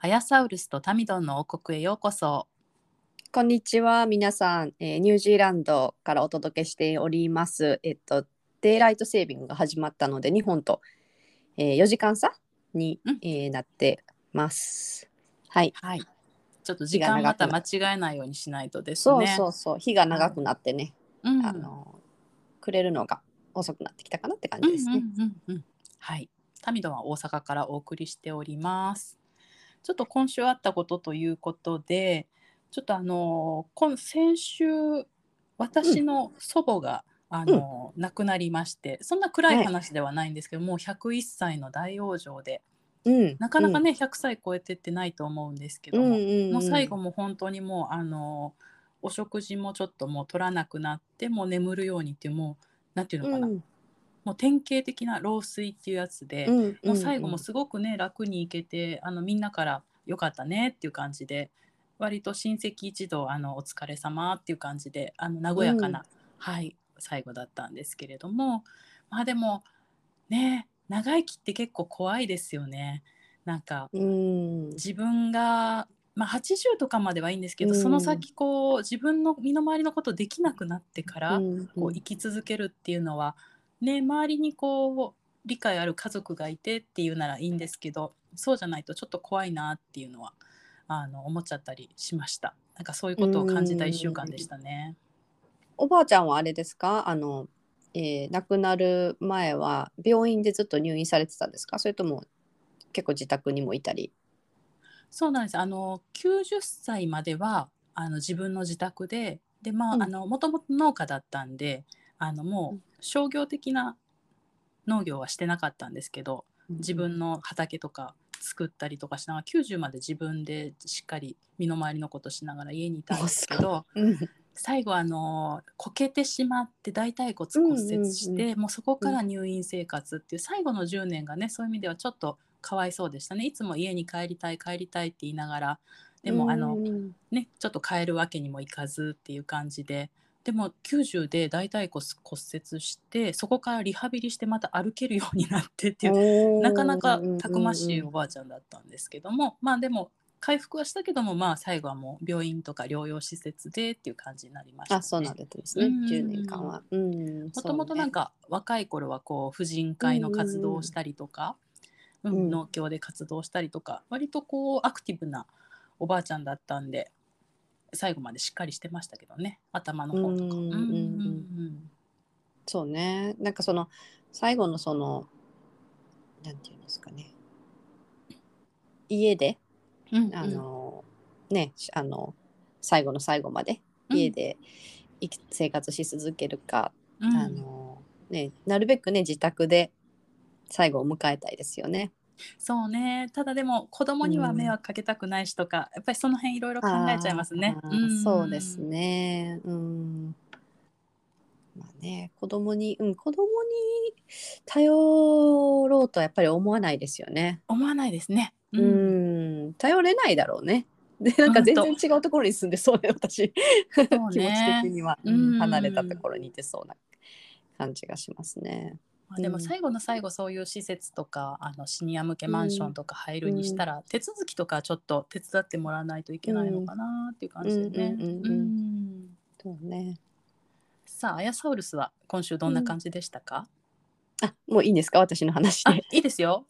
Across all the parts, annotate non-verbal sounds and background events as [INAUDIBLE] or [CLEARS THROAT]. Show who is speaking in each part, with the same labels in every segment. Speaker 1: アヤサウルスとタミドンの王国へようこそ
Speaker 2: こんにちは、皆さん、えーニュージーランドからお届けしております。えっと、デイライトセービングが始まったので、日本と、え4時間差に、
Speaker 1: うん
Speaker 2: えーなってます。はい、
Speaker 1: はいちょっと時間また間違えないようにしないとです
Speaker 2: そう
Speaker 1: ね
Speaker 2: そうそう、日が長くなってね、
Speaker 1: うん
Speaker 2: あのくれるのが遅くなってきたかなって感じですね。
Speaker 1: うんうんうんうん、はい。タミドンは大阪からお送りしております。ちょっと今週あったことということで、ちょっとあの今先週私の祖母が、あの亡くなりまして、そんな暗い話ではないんですけど、もう101歳の大往生で、
Speaker 2: うん
Speaker 1: なかなかね、100歳超えてってないと思うんですけ
Speaker 2: う
Speaker 1: ども、
Speaker 2: ん、うんうんうん
Speaker 1: もう最後も本当にもうあのお食事もちょっともう取らなくなってもう眠るようにっていうもうなんていうのかな、
Speaker 2: うん
Speaker 1: もう典型的な老衰っていうやつで、
Speaker 2: うんん
Speaker 1: もう最後もすごくね楽に行けてあのみんなから「よかったね」っていう感じで割と親戚一同あのお疲れ様っていう感じであの和やかな、はい、最後だったんですけれどもまあでもね長生きって結構怖いですよね。なんか
Speaker 2: うん
Speaker 1: 自分がまあ、80とかまではいいんですけど、
Speaker 2: うん
Speaker 1: その先こう自分の身の回りのことできなくなってから、
Speaker 2: うん
Speaker 1: こう生き続けるっていうのは、ね、周りにこう理解ある家族がいてっていうならいいんですけどそうじゃないとちょっと怖いなっていうのはあの思っちゃったりしましたなんかそういうことを感じた1週間でしたね。
Speaker 2: おばあちゃんはあれですかあの、えー亡くなる前は病院でずっと入院されてたんですかそれとも結構自宅にもいたり。
Speaker 1: そうなんですあの90歳まではあの自分の自宅ででまあ,、
Speaker 2: うん
Speaker 1: あのもともと農家だったんであのもう商業的な農業はしてなかったんですけど、自分の畑とか作ったりとかしながら90まで自分でしっかり身の回りのことしながら家にいたんですけど
Speaker 2: うん、
Speaker 1: 最後あのこけてしまって大腿骨骨折して、
Speaker 2: うんう
Speaker 1: もうそこから入院生活っていう最後の10年がねそういう意味ではちょっとかわいそうでしたねいつも家に帰りたい帰りたいって言いながらでもあの、
Speaker 2: うん
Speaker 1: ね、ちょっと変えるわけにもいかずっていう感じででも90で大腿骨骨折してそこからリハビリしてまた歩けるようになってっていうなかなかたくましいおばあちゃんだったんですけども、まあでも回復はしたけどもまあ最後はもう病院とか療養施設でっていう感じになりました、ね。
Speaker 2: あそうなんですね、
Speaker 1: うん
Speaker 2: 10年間は。うん
Speaker 1: もともとなん
Speaker 2: か、
Speaker 1: か若い頃はこう婦人会の活動をしたりとか、うん
Speaker 2: んうんうんうん
Speaker 1: 農協で活動したりとか割とこうアクティブなおばあちゃんだったんで最後までしっかりしてましたけどね頭の方とか。
Speaker 2: うんうんうん
Speaker 1: うん
Speaker 2: そうねなんかその最後のそのなんていうんですかね家で
Speaker 1: うんうん
Speaker 2: あの、ねあの最後の最後まで
Speaker 1: うん
Speaker 2: 家で生き、生活し続けるか、
Speaker 1: うん
Speaker 2: あのね、なるべくね自宅で最後を迎えたいですよね。
Speaker 1: そうねただでも子供には迷惑かけたくないしとか、やっぱりその辺いろいろ考えちゃいますね
Speaker 2: あ。ーそうですね。うん。まあね、子供に、うん、子供に頼ろうとはやっぱり思わないですよね。
Speaker 1: 思わないですね。
Speaker 2: う、ん、頼れないだろうね。 [LAUGHS] で、なんか全然違うところに住んでそうで、私。
Speaker 1: そう
Speaker 2: 気持
Speaker 1: ね
Speaker 2: ち的には、
Speaker 1: うん
Speaker 2: うん離れたところにいてそうな感じがしますね。
Speaker 1: まあでも
Speaker 2: うん
Speaker 1: 最後の最後そういう施設とかあのシニア向けマンションとか入るにしたら、手続きとかちょっと手伝ってもらわないといけないのかなっていう感じでね。
Speaker 2: うんうんうんうん
Speaker 1: うん
Speaker 2: そうね。
Speaker 1: さあアヤサウルスは今週どんな感じでしたか、
Speaker 2: あ、もういいんですか、私の話
Speaker 1: あ
Speaker 2: で。
Speaker 1: いいです
Speaker 2: [LAUGHS]
Speaker 1: よ。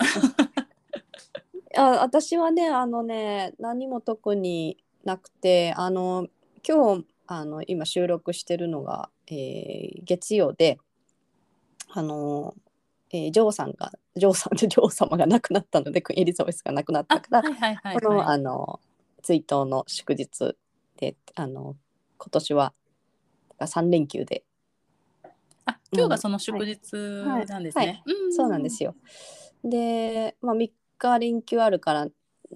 Speaker 2: あ、私はね、あのね、何も特になくて、あの、今日、あの、今収録してるのが、えー月曜で。あの、えー、ジョーさんが、ジョーさん、ジョー様が亡くなったので、クイーンエリザベスが亡くなっ
Speaker 1: あ
Speaker 2: たか
Speaker 1: [LAUGHS] は。
Speaker 2: ら
Speaker 1: いはいはい、
Speaker 2: この
Speaker 1: はい。
Speaker 2: あの追悼の祝日であの今年は3連休で、
Speaker 1: あ今日がその祝日なんですね。
Speaker 2: そうなんですよ。で、まあ、3日連休あるから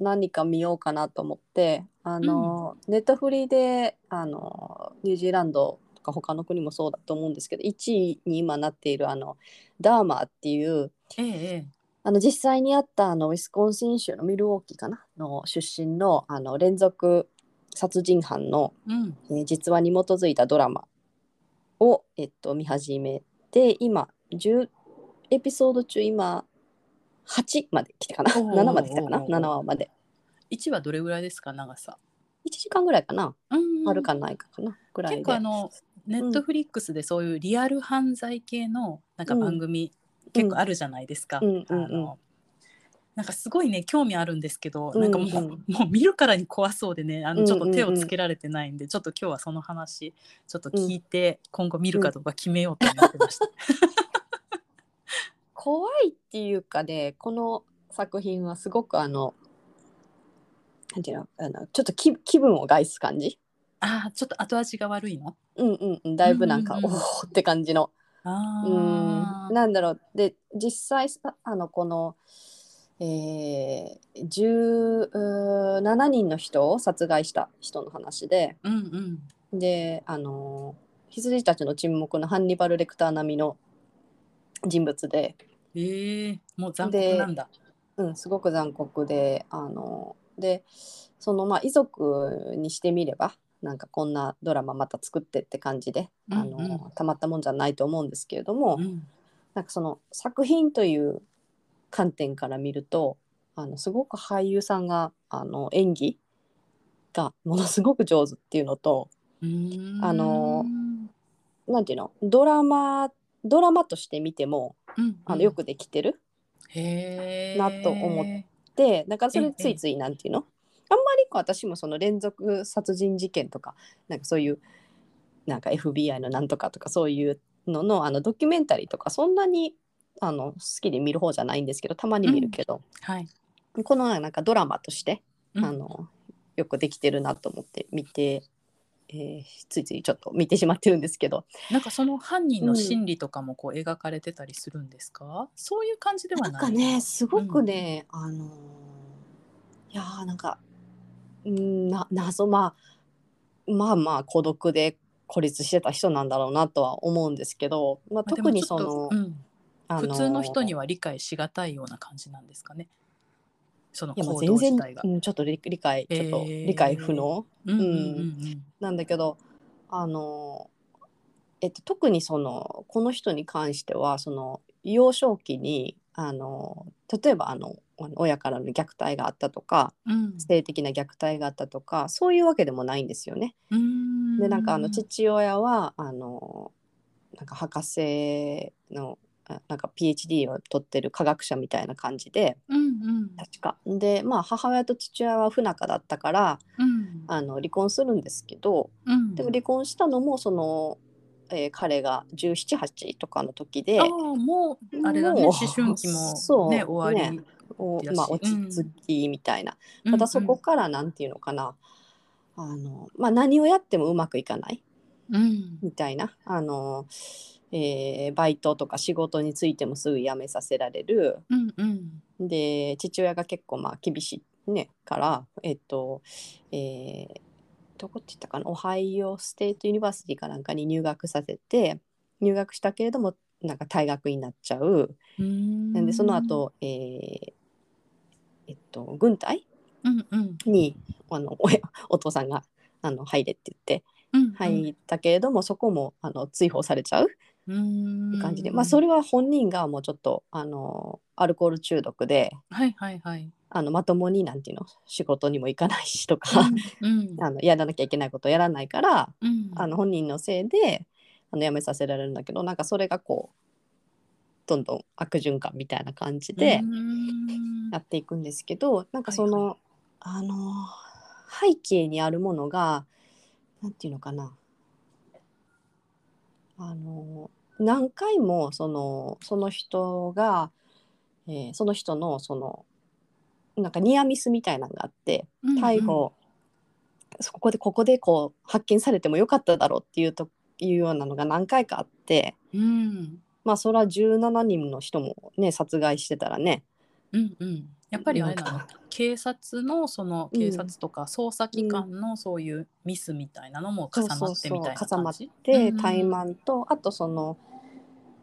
Speaker 2: 何か見ようかなと思ってあの、ネットフリであのニュージーランドとか他の国もそうだと思うんですけど1位に今なっているあのダーマーっていう
Speaker 1: えええ
Speaker 2: あの実際にあったあのウィスコンシン州のミルウォーキーかなの出身のあの連続殺人犯の、
Speaker 1: えうん
Speaker 2: えー実話に基づいたドラマを、えっと、見始めて今10エピソード中今8まで来たかな
Speaker 1: おー
Speaker 2: 7まで来たかな
Speaker 1: おーおー
Speaker 2: 7話まで
Speaker 1: 1はどれぐらいですか長さ
Speaker 2: 1時間ぐらいかな
Speaker 1: うん
Speaker 2: あるかないかかなぐらいで
Speaker 1: 結構あのネットフリックスでそういうリアル犯罪系のなんか番組、結構あるじゃないですか。
Speaker 2: うんうんうん
Speaker 1: あのなんかすごいね興味あるんですけど、
Speaker 2: うん
Speaker 1: な
Speaker 2: うんん
Speaker 1: かもう,、もう見るからに怖そうでねあ
Speaker 2: うん
Speaker 1: の
Speaker 2: うん
Speaker 1: ちょっと手をつけられてないんで、ちょっと今日はその話ちょっと聞いて、今後見るかどうか決めようと思ってま
Speaker 2: [LAUGHS]
Speaker 1: した。
Speaker 2: 怖いっていうかねこの作品はすごくあのなんていうのあのちょっと気気分を害す感じ
Speaker 1: ああちょっと後味が悪いの
Speaker 2: うんうんうんだいぶなんか、
Speaker 1: うんうんうん
Speaker 2: おおって感じの
Speaker 1: あ
Speaker 2: うん
Speaker 1: ー
Speaker 2: なんだろうで実際さあのこの、えー、17人の人を殺害した人の話で
Speaker 1: うんうん
Speaker 2: であの羊たちの沈黙のハンニバル・レクター並みの人物で、
Speaker 1: ええもう残酷なんだ。
Speaker 2: うん、すごく残酷であのでそのまあ遺族にしてみればなんかこんなドラマまた作ってって感じで、あの
Speaker 1: うんう
Speaker 2: たまったもんじゃないと思うんですけれども、
Speaker 1: うん
Speaker 2: なんかその作品という観点から見るとあのすごく俳優さんがあの演技がものすごく上手っていうのと
Speaker 1: うん
Speaker 2: あのなんていうのドラマドラマとして見ても
Speaker 1: うん
Speaker 2: あのよくできてる、
Speaker 1: へー
Speaker 2: なと思っでだからそれついついなんていうの、あんまりこう私もその連続殺人事件とかなんかそういうなんか FBI のなんとかとかそういうののあのドキュメンタリーとかそんなにあの好きで見る方じゃないんですけどたまに見るけど、
Speaker 1: はい。
Speaker 2: このなんかドラマとして、
Speaker 1: うん
Speaker 2: あのよくできてるなと思って見て、えーついついちょっと見てしまってるんですけど
Speaker 1: なんかその犯人
Speaker 2: う
Speaker 1: の
Speaker 2: ん
Speaker 1: 心理とかもこう描かれてたりするんですか、そういう感じではな
Speaker 2: ないんかねすごくね、あのーいやーなんかうんな謎まあまあまあ孤独で孤立してた人なんだろうなとは思うんですけど、ま
Speaker 1: まあ
Speaker 2: あ、
Speaker 1: で
Speaker 2: 特
Speaker 1: も
Speaker 2: に
Speaker 1: ちょ
Speaker 2: そ
Speaker 1: っと
Speaker 2: の、
Speaker 1: うん
Speaker 2: あ
Speaker 1: 普通の人に
Speaker 2: は
Speaker 1: は理解しがたいような感じなんですかねその
Speaker 2: いやも
Speaker 1: 行
Speaker 2: う
Speaker 1: 動
Speaker 2: 全
Speaker 1: 自体
Speaker 2: 然
Speaker 1: が。
Speaker 2: うんちょっと理理解ちょっと
Speaker 1: えー
Speaker 2: 理解不能、
Speaker 1: うんうんうん
Speaker 2: なんだけどあの、えっと、特にそのこの人に関してはその幼少期にあの例えばあの親からの虐待があったとか
Speaker 1: うん
Speaker 2: 性的な虐待があったとかそういうわけでもないんですよね。
Speaker 1: うん
Speaker 2: でなんかあの父親はあのなんか博士のあなんか PhD を取ってる科学者みたいな感じで
Speaker 1: うんうん
Speaker 2: 確かでまあ母親と父親は不仲だったから
Speaker 1: うん
Speaker 2: あの離婚するんですけど、
Speaker 1: うん
Speaker 2: でも離婚したのもその、えー彼が1718とかの時で
Speaker 1: ああもうあれだね
Speaker 2: もう
Speaker 1: 思春期
Speaker 2: そ
Speaker 1: も
Speaker 2: う
Speaker 1: ね終わり、
Speaker 2: ねお
Speaker 1: 悔しい
Speaker 2: まあ、落ち着きみたいな、ただそこからなんていうのかな、あのまあ、何をやってもうまくいかない
Speaker 1: うんうん
Speaker 2: みたいなあの、えーバイトとか仕事についてもすぐ辞めさせられる
Speaker 1: うんうん
Speaker 2: で父親が結構まあ厳しい、ね、からえっとえーどこって言ったかなオハイオ・ステート・ユニバーシティかなんかに入学させて入学したけれどもなんか退学になっちゃう
Speaker 1: うん
Speaker 2: なんでその後、えーえっと軍隊
Speaker 1: うんうん
Speaker 2: にあの [LAUGHS] おお父さんがあの入れって言って
Speaker 1: うん
Speaker 2: 入ったけれども、そこもあの追放されちゃう
Speaker 1: うん
Speaker 2: 感じで、まあ、そ
Speaker 1: れ
Speaker 2: れは本人がもうちょっとあのアルコール中毒で
Speaker 1: はいはいはい
Speaker 2: あのまともになんていうの仕事にも行かないしとか、
Speaker 1: うん
Speaker 2: [LAUGHS] あのやらなきゃいけないことをやらないから、
Speaker 1: うん
Speaker 2: あの本人のせいであの辞めさせられるんだけどなんかそれがこうどんどん悪循環みたいな感じで
Speaker 1: うーん
Speaker 2: やっていくんですけど、なんかその、
Speaker 1: はい
Speaker 2: あの背景にあるものがなんていうのかなあの何回もそのその人が、えーその人のそのなんかニアミスみたいなのがあって逮捕、そここでここでこう発見されてもよかっただろうっていうというようなのが何回かあって
Speaker 1: うん
Speaker 2: まあそれは17人の人もね殺害してたらね
Speaker 1: うんうんやっぱりあれな
Speaker 2: な
Speaker 1: の
Speaker 2: んか
Speaker 1: 警察のその
Speaker 2: うん
Speaker 1: 警察とか捜査機関のそういうミスみたいなのも重なってみたいな
Speaker 2: そうそうそう重な
Speaker 1: 感
Speaker 2: っ
Speaker 1: じ
Speaker 2: で
Speaker 1: うん
Speaker 2: 怠慢とあとその、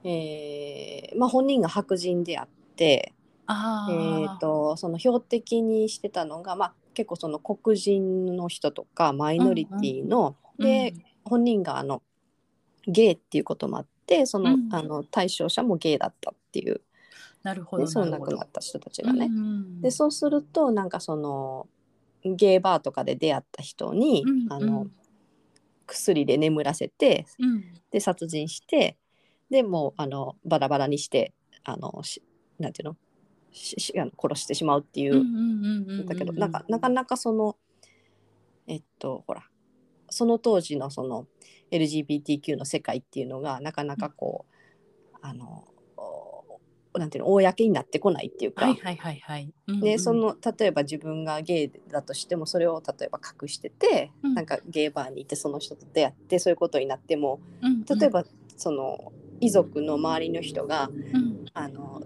Speaker 2: えーまあ、本人が白人であって、
Speaker 1: あ
Speaker 2: え
Speaker 1: ー
Speaker 2: ー、とその標的にしてたのが、まあ、結構その黒人の人とかマイノリティの、で、本人があのゲイっていうこともあってその,、
Speaker 1: うん
Speaker 2: あの対象者もゲイだったっていう
Speaker 1: なるほ
Speaker 2: で
Speaker 1: ど
Speaker 2: その
Speaker 1: なる
Speaker 2: 亡
Speaker 1: ほ
Speaker 2: く
Speaker 1: ど
Speaker 2: なった人たちがね。
Speaker 1: うんうん
Speaker 2: でそうするとなんかそのゲイバーとかで出会った人に、
Speaker 1: うんうん
Speaker 2: あの薬で眠らせて
Speaker 1: うん
Speaker 2: で殺人してでもうあのバラバラにしてあのしなんていうのししあの殺してしまうってい
Speaker 1: うんう
Speaker 2: うん
Speaker 1: うんうんうん
Speaker 2: だけどなんかなかなかそのえっとほらその当時のその LGBTQ の世界っていうのがなかなかこうあのおなんていうの公になってこないっていうか、
Speaker 1: はいはいはいはい、うんうん
Speaker 2: でその例えば自分がゲイだとしてもそれを例えば隠してて、
Speaker 1: うん
Speaker 2: なんかゲイバーに行ってその人と出会ってそういうことになっても
Speaker 1: うんうん
Speaker 2: 例えばその遺族の周りの人が
Speaker 1: うん
Speaker 2: あの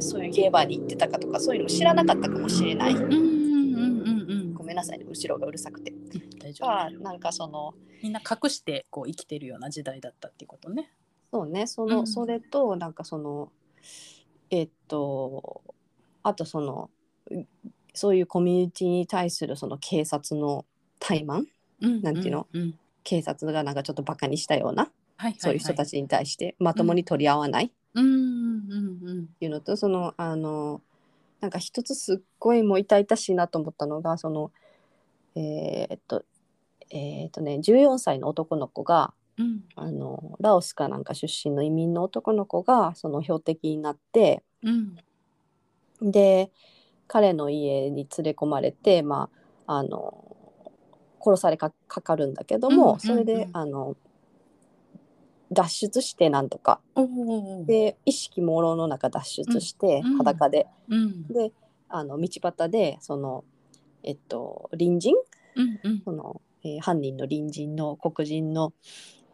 Speaker 2: そういうゲーバーに行ってたかとかそういうのも知らなかったかもしれない
Speaker 1: うんうんうんうんうん
Speaker 2: ごめんなさいね後ろがうるさくて
Speaker 1: 大丈
Speaker 2: が
Speaker 1: 夫
Speaker 2: なんかその
Speaker 1: みんな隠してこう生きてるような時代だったっていうことね
Speaker 2: そうねその、
Speaker 1: うん
Speaker 2: それとなんかそのえっとあとそのうそういうコミュニティに対するその警察の怠慢
Speaker 1: な
Speaker 2: なんていうの、
Speaker 1: うんうん
Speaker 2: 警察がなんかちょっとバカにしたような
Speaker 1: はいはいはい、
Speaker 2: そういう人た
Speaker 1: ち、
Speaker 2: ちに対してまともに取り合わない
Speaker 1: うんうんうんうん、
Speaker 2: っていうのとそのあのなんか一つすっごいもう痛々しいなと思ったのがそのえーっとえーっとね14歳の男の子が
Speaker 1: うん
Speaker 2: あのラオスかなんか出身の移民の男の子がその標的になって
Speaker 1: うん
Speaker 2: で彼の家に連れ込まれて、まあ、あの殺されかかかるんだけども、
Speaker 1: うん
Speaker 2: それで、
Speaker 1: うんうん
Speaker 2: あの脱出してなんとか
Speaker 1: おおー、
Speaker 2: で意識朦朧の中脱出して、
Speaker 1: うんうん
Speaker 2: 裸で
Speaker 1: うん
Speaker 2: であの道端でそのえっと隣人
Speaker 1: うんうん
Speaker 2: その、えー犯人の隣人の黒人の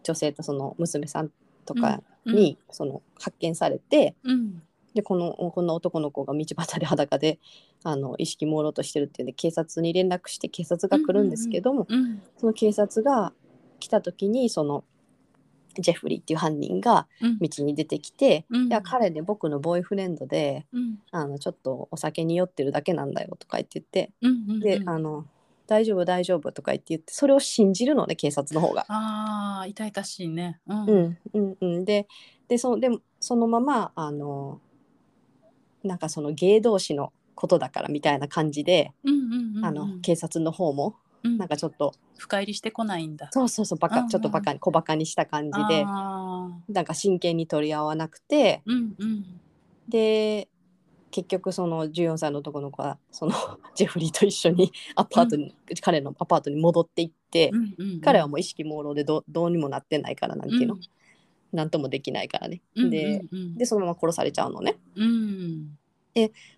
Speaker 2: 女性とその娘さんとかに、その発見されて
Speaker 1: うん
Speaker 2: でこのこんな男の子が道端で裸であの意識朦朧としてるっていうんで警察に連絡して警察が来るんですけども、
Speaker 1: うんうん
Speaker 2: その警察が来た時にそのジェフリーっていう犯人が
Speaker 1: うん
Speaker 2: 道に出てきて「
Speaker 1: うん
Speaker 2: いや彼ね僕のボーイフレンドで
Speaker 1: うん
Speaker 2: あのちょっとお酒に酔ってるだけなんだよ」とか言ってて
Speaker 1: うんうん
Speaker 2: で、あの「大丈夫大丈夫」とか言って言ってそれを信じるのね警察の方が。
Speaker 1: ああ痛々しいねうん
Speaker 2: う、んうんうん、ででそでもそのままあのなんかその芸同士のことだからみたいな感じで、
Speaker 1: うんうんうん
Speaker 2: あの警察の方も
Speaker 1: うん
Speaker 2: なんかちょっと、
Speaker 1: 深入りしてこないんだ
Speaker 2: そうそうそうバカ、
Speaker 1: うんうん
Speaker 2: ちょっとバカに小バカにした感じで
Speaker 1: あー
Speaker 2: なんか真剣に取り合わなくて
Speaker 1: うんうん
Speaker 2: で結局その14歳の男の子はそのジェフリーと一緒にアパートに、彼のアパートに戻っていって。
Speaker 1: うんうんうん
Speaker 2: 彼はもう意識朦朧でどどうにもなってないからなんていうの、
Speaker 1: うん
Speaker 2: なんともできないからね、
Speaker 1: うんうん
Speaker 2: で
Speaker 1: うん
Speaker 2: でそのまま殺されちゃうのね
Speaker 1: うん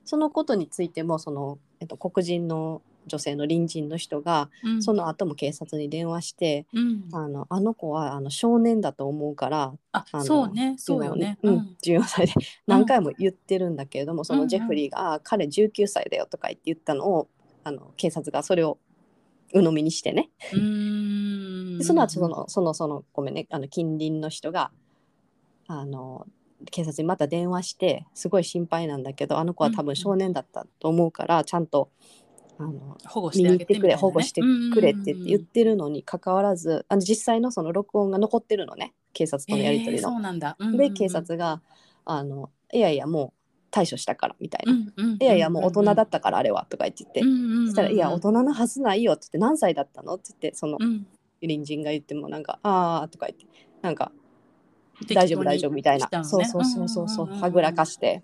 Speaker 2: そのことについてもその、えっと、黒人の女性の隣人の人が
Speaker 1: うん
Speaker 2: その後も警察に電話して、
Speaker 1: うん
Speaker 2: あのあの子はあの少年だと思うから
Speaker 1: あ
Speaker 2: あの
Speaker 1: そうねそうよね
Speaker 2: っていうのを
Speaker 1: ん
Speaker 2: 14歳で何回も言ってるんだけれども、そ
Speaker 1: うんう
Speaker 2: の
Speaker 1: ん
Speaker 2: ジェフリーが「あ彼19歳だよ」とか言って言ったのをあの警察がそれを鵜呑みにしてね
Speaker 1: うーん
Speaker 2: でその後そのそのそのごめんねあの近隣の人があの警察にまた電話してすごい心配なんだけどあの子は多
Speaker 1: うんう
Speaker 2: 分
Speaker 1: ん
Speaker 2: 少年だったと思うから、ちゃんとあの
Speaker 1: 保護し
Speaker 2: 見
Speaker 1: て
Speaker 2: に
Speaker 1: あ
Speaker 2: 行
Speaker 1: げ
Speaker 2: って
Speaker 1: て
Speaker 2: く
Speaker 1: み
Speaker 2: れ
Speaker 1: たいなね
Speaker 2: 保護してくれって言ってるのにかかわらずあの実際のその録音が残ってるのね警察とのやり取り
Speaker 1: えーそ
Speaker 2: の。
Speaker 1: うなんだ。うんうんう
Speaker 2: で
Speaker 1: ん
Speaker 2: 警。察があの「いやいやもう対処したから」みたいな「
Speaker 1: うんうんうん
Speaker 2: いやいやもう大人だったからあれは」とか言って言って、
Speaker 1: うんうんうん。
Speaker 2: そしたら「いや大人のはずないよ」って言って「何歳だったの?」って言ってその
Speaker 1: うん。
Speaker 2: 隣人が言ってもなんか「ああ」とか言ってなんか「
Speaker 1: 適当に
Speaker 2: 大丈夫大丈夫」みたいな
Speaker 1: 来たのね
Speaker 2: そうそうそうそうそう
Speaker 1: うんうんうんうん
Speaker 2: はぐらかして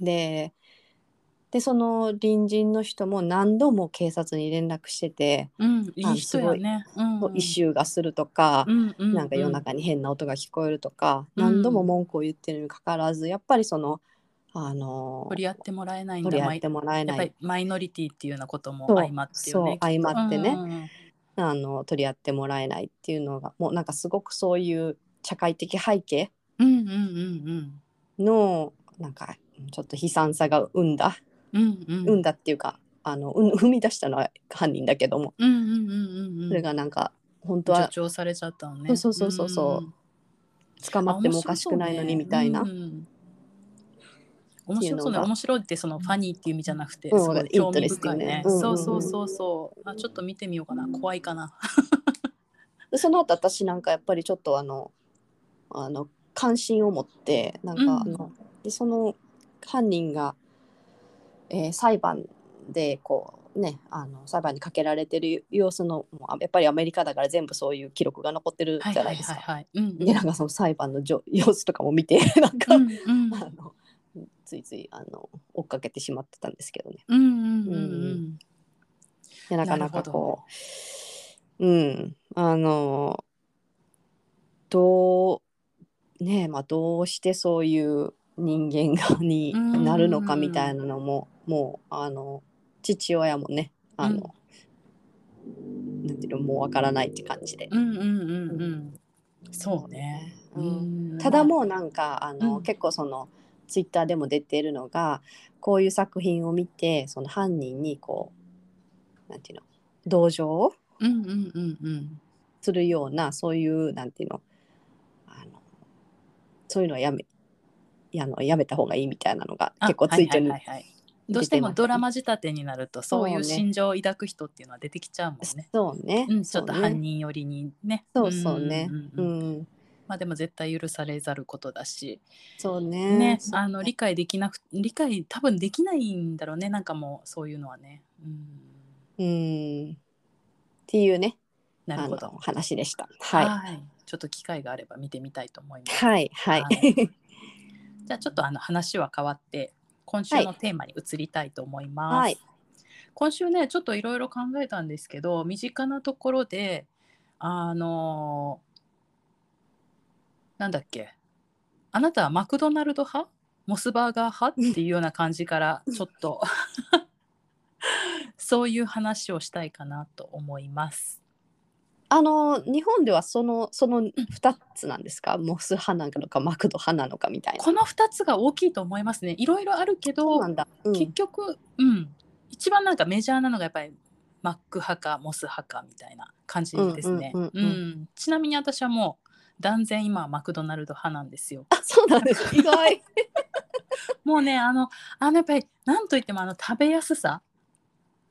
Speaker 2: ででその隣人の人も何度も警察に連絡してて、
Speaker 1: うん。い
Speaker 2: あの
Speaker 1: い人やね。うん
Speaker 2: 異臭がするとか、
Speaker 1: うんうん。
Speaker 2: なんか夜中に変な音が聞こえるとか、
Speaker 1: うん
Speaker 2: 何度も文句を言ってるにもかかわらずやっぱりそのあの
Speaker 1: 取り合ってもらえないんだ。
Speaker 2: 取り合っても
Speaker 1: マイ
Speaker 2: らえ
Speaker 1: やっ
Speaker 2: な
Speaker 1: ぱ
Speaker 2: い
Speaker 1: りマイノリティっていうようなことも
Speaker 2: そう
Speaker 1: 相まってよね。
Speaker 2: そう
Speaker 1: きと
Speaker 2: 相まってね
Speaker 1: うんうん
Speaker 2: あの取り合ってもらえないっていうのがもうなんかすごくそういう社会的背景
Speaker 1: うんうんうんうんうん。
Speaker 2: のなんかちょっと悲惨さが生んだ
Speaker 1: うんうん
Speaker 2: 産んだっていうかあのうん [LAUGHS] 生み出したのは犯人だけども
Speaker 1: うんうんうんうん
Speaker 2: それがなんか本当
Speaker 1: 助
Speaker 2: は
Speaker 1: 長されちゃったのね
Speaker 2: そうそうそうそう捕
Speaker 1: う
Speaker 2: まってもおかしくないのにみたいな、
Speaker 1: 面白そうね
Speaker 2: っていうのが
Speaker 1: 面白いってそのファニーっていう意味じゃなくて、
Speaker 2: うん
Speaker 1: すごい興味深いね
Speaker 2: インタレスティングねうんうんうん
Speaker 1: そうそうそうそうあちょっと見てみようかな怖いかな
Speaker 2: でその後私なんかやっぱりちょっとあのあの関心を持ってなんか
Speaker 1: うん
Speaker 2: あの、でその犯人が、えー裁判でこうねあの裁判にかけられてる様子のもうあやっぱりアメリカだから全部そういう記録が残ってる
Speaker 1: はい
Speaker 2: じゃ
Speaker 1: は
Speaker 2: ない
Speaker 1: い
Speaker 2: ですか。
Speaker 1: はいはいうんうん
Speaker 2: でなんかその裁判のじょ [LAUGHS] 様子とかも見てなんか、
Speaker 1: うんうん
Speaker 2: [LAUGHS] あのついついあの追っかけてしまってたんですけどね。
Speaker 1: うんうんうん
Speaker 2: でなかなか
Speaker 1: なるほ
Speaker 2: こううんあのどうねえまあどうしてそういう人間がに
Speaker 1: うん
Speaker 2: なるのかみたいなのももうあの父親もねあの、なんていうのもうわからないって感じで。
Speaker 1: うんうんうんうんうんそうね、うん
Speaker 2: ただもうなんかあの、
Speaker 1: うん
Speaker 2: 結構そのツイッターでも出てるのがこういう作品を見てその犯人にこうなんていうの同情を
Speaker 1: うんうんうんうん
Speaker 2: するようなそういうなんていうのあのそういうのはやめやのやめた方がいいみたいなのが
Speaker 1: あ
Speaker 2: 結構ついてる、
Speaker 1: はいはいはいはいどうしてもドラマ仕立てになるとそういう
Speaker 2: そうね
Speaker 1: 心情を抱く人っていうのは出てきちゃうもんね。
Speaker 2: そうね、
Speaker 1: うん、ちょっと
Speaker 2: そうね
Speaker 1: 犯人寄りにね。
Speaker 2: そうそうね
Speaker 1: うん
Speaker 2: う
Speaker 1: うんうんうん
Speaker 2: ん
Speaker 1: まあでも絶対許されざることだし、
Speaker 2: そうね
Speaker 1: ね、
Speaker 2: そう
Speaker 1: あの理解できなく理解多分できないんだろうねなんかもうそういうのはね。うん、
Speaker 2: うんっていうね
Speaker 1: なる
Speaker 2: あ
Speaker 1: ほ
Speaker 2: の
Speaker 1: ど。
Speaker 2: 話でしたはい
Speaker 1: いちょっと機会があれば見てみたいと思います。
Speaker 2: はいはい、
Speaker 1: はいじゃあちょっとあの話は変わって今週のテーマに移りたいと思います。
Speaker 2: はい
Speaker 1: 今週ねちょっといろいろ考えたんですけど身近なところであのなんだっけあなたはマクドナルド派モスバーガー派っていうような感じからちょっと [LAUGHS] そういう話をしたいかなと思います。
Speaker 2: あの日本ではそのその2つなんですか、モス派なのかマクド派なのかみたいな。
Speaker 1: この2つが大きいと思いますね。いろいろあるけ
Speaker 2: そう
Speaker 1: ど
Speaker 2: なんだ、うん
Speaker 1: 結局、うん、一番なんかメジャーなのがやっぱりマック派かモス派かみたいな感じですね。
Speaker 2: うんうんうんう
Speaker 1: う
Speaker 2: ん
Speaker 1: んちなみに私はもう断然今はマクドナルド派なんですよ。
Speaker 2: あそうなんで
Speaker 1: [LAUGHS]
Speaker 2: す意外。
Speaker 1: もうねあのあのやっぱりなんといってもあの食べやすさ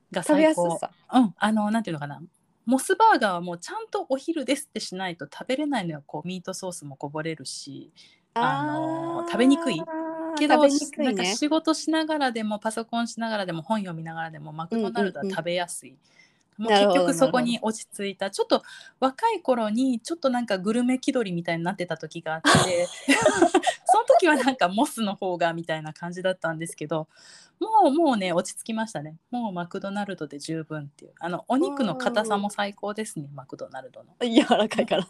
Speaker 1: が
Speaker 2: 食べや
Speaker 1: 最
Speaker 2: す
Speaker 1: 高。
Speaker 2: さ。
Speaker 1: うん、あのなんていうのかなモスバーガーはもうちゃんとお昼ですってしないと食べれないのよこうミートソースもこぼれるしあの
Speaker 2: ー
Speaker 1: 食べにくいけど、
Speaker 2: 食べにく
Speaker 1: ないんか
Speaker 2: ね。
Speaker 1: 仕事しながらでもパソコンしながらでも本読みながらでもマクドナルドは食べやすい。もう
Speaker 2: な
Speaker 1: 結
Speaker 2: るほど
Speaker 1: 局そこに落ち着いたちょっと若い頃にちょっとなんかグルメ気取りみたいになってた時があって
Speaker 2: [LAUGHS]
Speaker 1: その時はなんかモスの方がみたいな感じだったんですけどもうもうね落ち着きましたねもうマクドナルドで十分っていうあのお肉の硬さも最高ですねマクドナルドの
Speaker 2: [LAUGHS] 柔らかいから。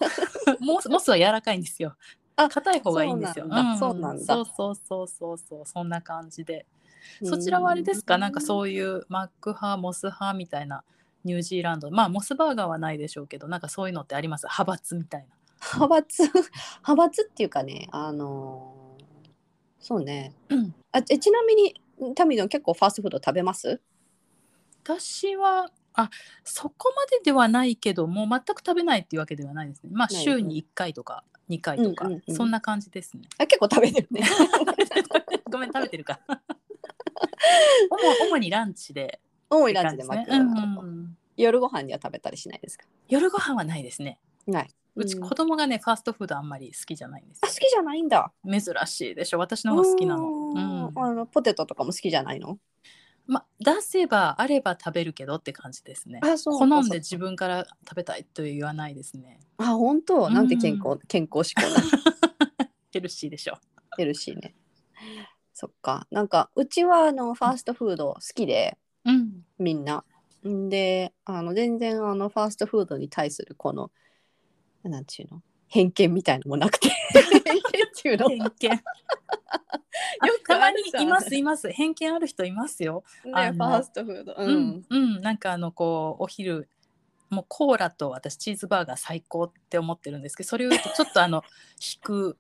Speaker 1: モスモスは柔らかいんですよ
Speaker 2: あ
Speaker 1: 硬い方がいいんですよ
Speaker 2: そうなんだ
Speaker 1: うんそうそうそうそうそうそんな感じでそちらはあれですか、なんか
Speaker 2: う
Speaker 1: そういうマック派、モス派みたいなニュージーランド、まあモスバーガーはないでしょうけど、なんかそういうのってあります派閥みたいな。
Speaker 2: ん。派閥派閥っていうかねあのーそうね。
Speaker 1: うん
Speaker 2: あえちなみにタミの結構ファーストフード食べます？
Speaker 1: 私は、あそこまでではないけど、もう全く食べないっていうわけではないですね。まあ
Speaker 2: ない
Speaker 1: 週に1回とか2回とか、
Speaker 2: うんうんうん
Speaker 1: そんな感じ
Speaker 2: [LAUGHS]
Speaker 1: ですね。
Speaker 2: あ結構食べ
Speaker 1: [LAUGHS]
Speaker 2: てるね。
Speaker 1: ごめん、食べてるか。主主にランチで
Speaker 2: 多
Speaker 1: って
Speaker 2: いラ
Speaker 1: 感
Speaker 2: ンチ
Speaker 1: じ
Speaker 2: で
Speaker 1: で
Speaker 2: マ
Speaker 1: す
Speaker 2: ッ [LAUGHS]
Speaker 1: ね。うん
Speaker 2: クドナルド、
Speaker 1: うん
Speaker 2: 夜ご飯には食べたりしないですか？
Speaker 1: 夜ご飯はないですね。
Speaker 2: ないう
Speaker 1: ち子
Speaker 2: ん
Speaker 1: 供がね、ファーストフードあんまり好きじゃないんです
Speaker 2: あ
Speaker 1: よ
Speaker 2: 好。きじゃないんだ。
Speaker 1: 珍しいでしょ私の方が好きなの。うん
Speaker 2: あのポテトとかも好きじゃないの？
Speaker 1: ま、出せばあれば食べるけどって感じですね。
Speaker 2: あそ
Speaker 1: 好んで自分から食べたいと言わないですね。
Speaker 2: あ本当なんて健
Speaker 1: う
Speaker 2: 康健康志向な。
Speaker 1: ヘルシーでしょ。
Speaker 2: ヘルシーね。 [LAUGHS] そっか。なんかうちはあのファーストフード好きで
Speaker 1: うん。
Speaker 2: みんな。んであの全然あのファーストフードに対するこのなんていうの偏見みたいのも
Speaker 1: [LAUGHS]
Speaker 2: なくて偏見っていうの
Speaker 1: 偏見。よ
Speaker 2: く
Speaker 1: たま
Speaker 2: あ
Speaker 1: に
Speaker 2: るじゃん
Speaker 1: いますいます。偏見ある人いますよ。あ
Speaker 2: ね
Speaker 1: の
Speaker 2: ファーストフード。う
Speaker 1: うんん。、うん、なんかあのこうお昼もうコーラと私チーズバーガー最高って思ってるんですけど、それを言うとちょっとあの引く。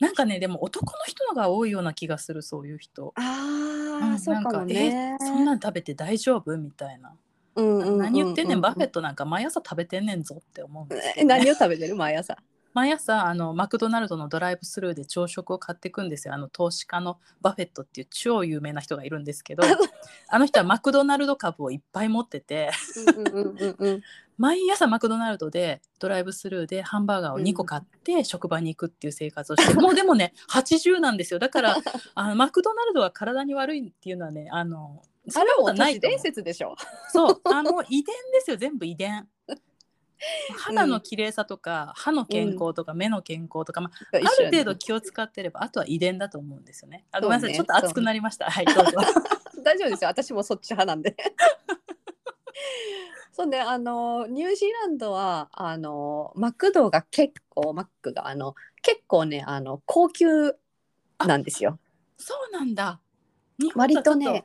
Speaker 1: なんかねでも男の人のが多いような気がするそういう人。
Speaker 2: あああ、そうかもね
Speaker 1: なん。かえそんなん食べて大丈夫みたいな、
Speaker 2: うんうんうんうん
Speaker 1: 何言ってんねんバフェットなんか毎朝食べてんねんぞって思うんですけ
Speaker 2: え
Speaker 1: ど、ね、
Speaker 2: [LAUGHS] 何を食べてる毎朝。
Speaker 1: 毎朝あのマクドナルドのドライブスルーで朝食を買っていくんですよあの投資家のバフェットっていう超有名な人がいるんですけどあの人はマクドナルド株をいっぱい持ってて
Speaker 2: うんうんうんうんうん。
Speaker 1: 毎朝マクドナルドでドライブスルーでハンバーガーを2個買って職場に行くっていう生活をして、
Speaker 2: [LAUGHS]
Speaker 1: もうでもね80なんですよだからあのマクドナルドは体に悪いっていうのはねあの [LAUGHS] そ
Speaker 2: あ
Speaker 1: ん
Speaker 2: れ
Speaker 1: なこと
Speaker 2: は
Speaker 1: はな
Speaker 2: ない
Speaker 1: いと思
Speaker 2: 伝
Speaker 1: う
Speaker 2: 説でしょ。
Speaker 1: そうあ
Speaker 2: [LAUGHS]
Speaker 1: の遺伝ですよ全部遺伝肌の綺麗さとか歯の健康とか目の健康とか、まあ
Speaker 2: あ
Speaker 1: ある程度気を使ってればあとは遺伝だと思うんですよね。あごめんなさい、
Speaker 2: そうね
Speaker 1: ちょっと熱くなりました。はいど
Speaker 2: [LAUGHS]
Speaker 1: うぞ。
Speaker 2: 大丈夫ですよ私もそっち派なんで [LAUGHS] そうねあのニュージーランドはあのマクドが結構マックがあの結構ねあの高級なんですよ
Speaker 1: そうなんだ。日本
Speaker 2: 割
Speaker 1: はちょ
Speaker 2: と
Speaker 1: っ
Speaker 2: ね、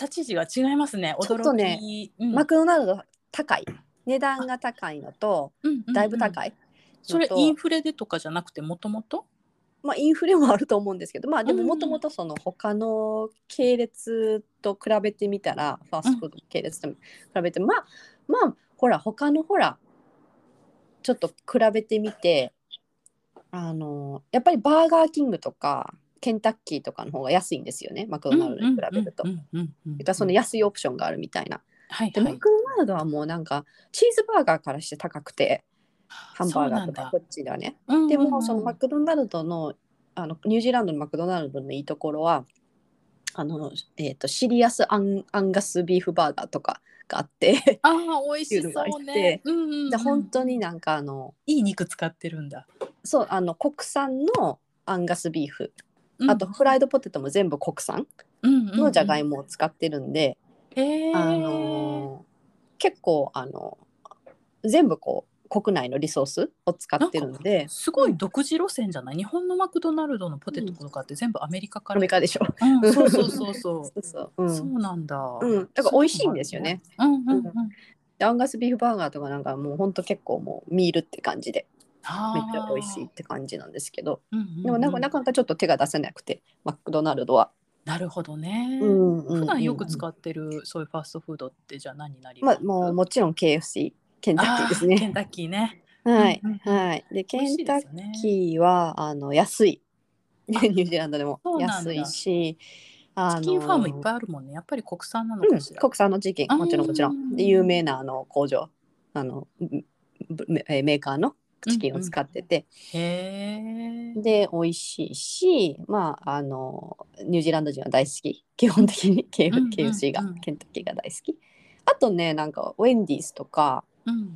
Speaker 1: 立ち位置が違いますね。
Speaker 2: ちょっと
Speaker 1: 驚
Speaker 2: ね
Speaker 1: き。うん
Speaker 2: マクドナルド高い値段が高いのと
Speaker 1: うんうんうん
Speaker 2: だいぶ高い、
Speaker 1: それ
Speaker 2: のと
Speaker 1: インフレでとかじゃなくてもともと
Speaker 2: まあインフレもあると思うんですけどまあでも
Speaker 1: うん
Speaker 2: もともとその他の系列と比べてみたら、ファーストフード系列と比べてまあまあほら他のほらちょっと比べてみてあのやっぱりバーガーキングとかケンタッキーとかの方が安いんですよねマクドナルドに比べると。
Speaker 1: う
Speaker 2: だ
Speaker 1: んうんうん
Speaker 2: からその安いオプションがあるみたいな。
Speaker 1: はい
Speaker 2: で
Speaker 1: は
Speaker 2: マ
Speaker 1: い
Speaker 2: クドナルドはもうなんかチーズバーガーからして高くてハンバーガーとか
Speaker 1: そ
Speaker 2: こっちではね。
Speaker 1: うんうんうん
Speaker 2: でもそのマクドナルドのあのニュージーランドのマクドナルドのいいところはあの、えー、とシリアスアンアンガスビーフバーガーとかがあって、
Speaker 1: ああ美味しそうね。うんうんうん
Speaker 2: で本当になんかあの
Speaker 1: いい肉使ってるんだ。
Speaker 2: そうあの国産のアンガスビーフ、
Speaker 1: うん
Speaker 2: あとフライドポテトも全部国産のじゃがい
Speaker 1: も。
Speaker 2: もを使ってるんで、
Speaker 1: へえ。
Speaker 2: あの結構あの全部こう国内のリソースを使ってるんで。
Speaker 1: すごい独自路線じゃない、日本のマクドナルドのポテトとかって全部アメリカか
Speaker 2: ア
Speaker 1: ら、
Speaker 2: メリカでしょ。
Speaker 1: うん、そうそうそう
Speaker 2: [LAUGHS] そ
Speaker 1: そう
Speaker 2: そう
Speaker 1: う、
Speaker 2: う
Speaker 1: そ
Speaker 2: ん
Speaker 1: うなんだ、
Speaker 2: うん、だから美味しいんですよね。
Speaker 1: うんうんうん、
Speaker 2: でアンガスビーフバーガーとかなんかもうほんと結構もうミールって感じで
Speaker 1: あ
Speaker 2: めっ
Speaker 1: ー
Speaker 2: ちゃ美味しいっ、て感じなんですけど
Speaker 1: うんうんうん
Speaker 2: でもなんかなかなかちょっと手が出せなくてマクドナルドは、
Speaker 1: なるほどね、
Speaker 2: うんうんうん
Speaker 1: 普段よく使ってるそういうファーストフードってじゃあ何になり
Speaker 2: ま
Speaker 1: ま
Speaker 2: あ
Speaker 1: す
Speaker 2: もうもちろん KFC ケンタッキーです
Speaker 1: あケン
Speaker 2: ね
Speaker 1: タッキーね
Speaker 2: はい
Speaker 1: うんうん
Speaker 2: はいでケ
Speaker 1: 美味しい
Speaker 2: ンタ
Speaker 1: です
Speaker 2: ッ
Speaker 1: よね
Speaker 2: キーはあの安い [LAUGHS] ニュージーランドでも
Speaker 1: そうなんだ
Speaker 2: 安いしあの
Speaker 1: チキンファームいっぱいあるもんねやっぱり国産なの
Speaker 2: うん
Speaker 1: かし、ら、
Speaker 2: 国産の事件もちろんもちろ
Speaker 1: あー
Speaker 2: んで有名なあの工場あのぶぶえメーカーのチキンを使ってて、
Speaker 1: へえ
Speaker 2: で美味しいし、まあ、あのニュージーランド人は大好き [LAUGHS] 基本
Speaker 1: [LAUGHS]
Speaker 2: 的に K-
Speaker 1: うんうん
Speaker 2: KFC が、
Speaker 1: うん
Speaker 2: ケンタッキーが大好きあとねなんかウェンディーズとか、
Speaker 1: うん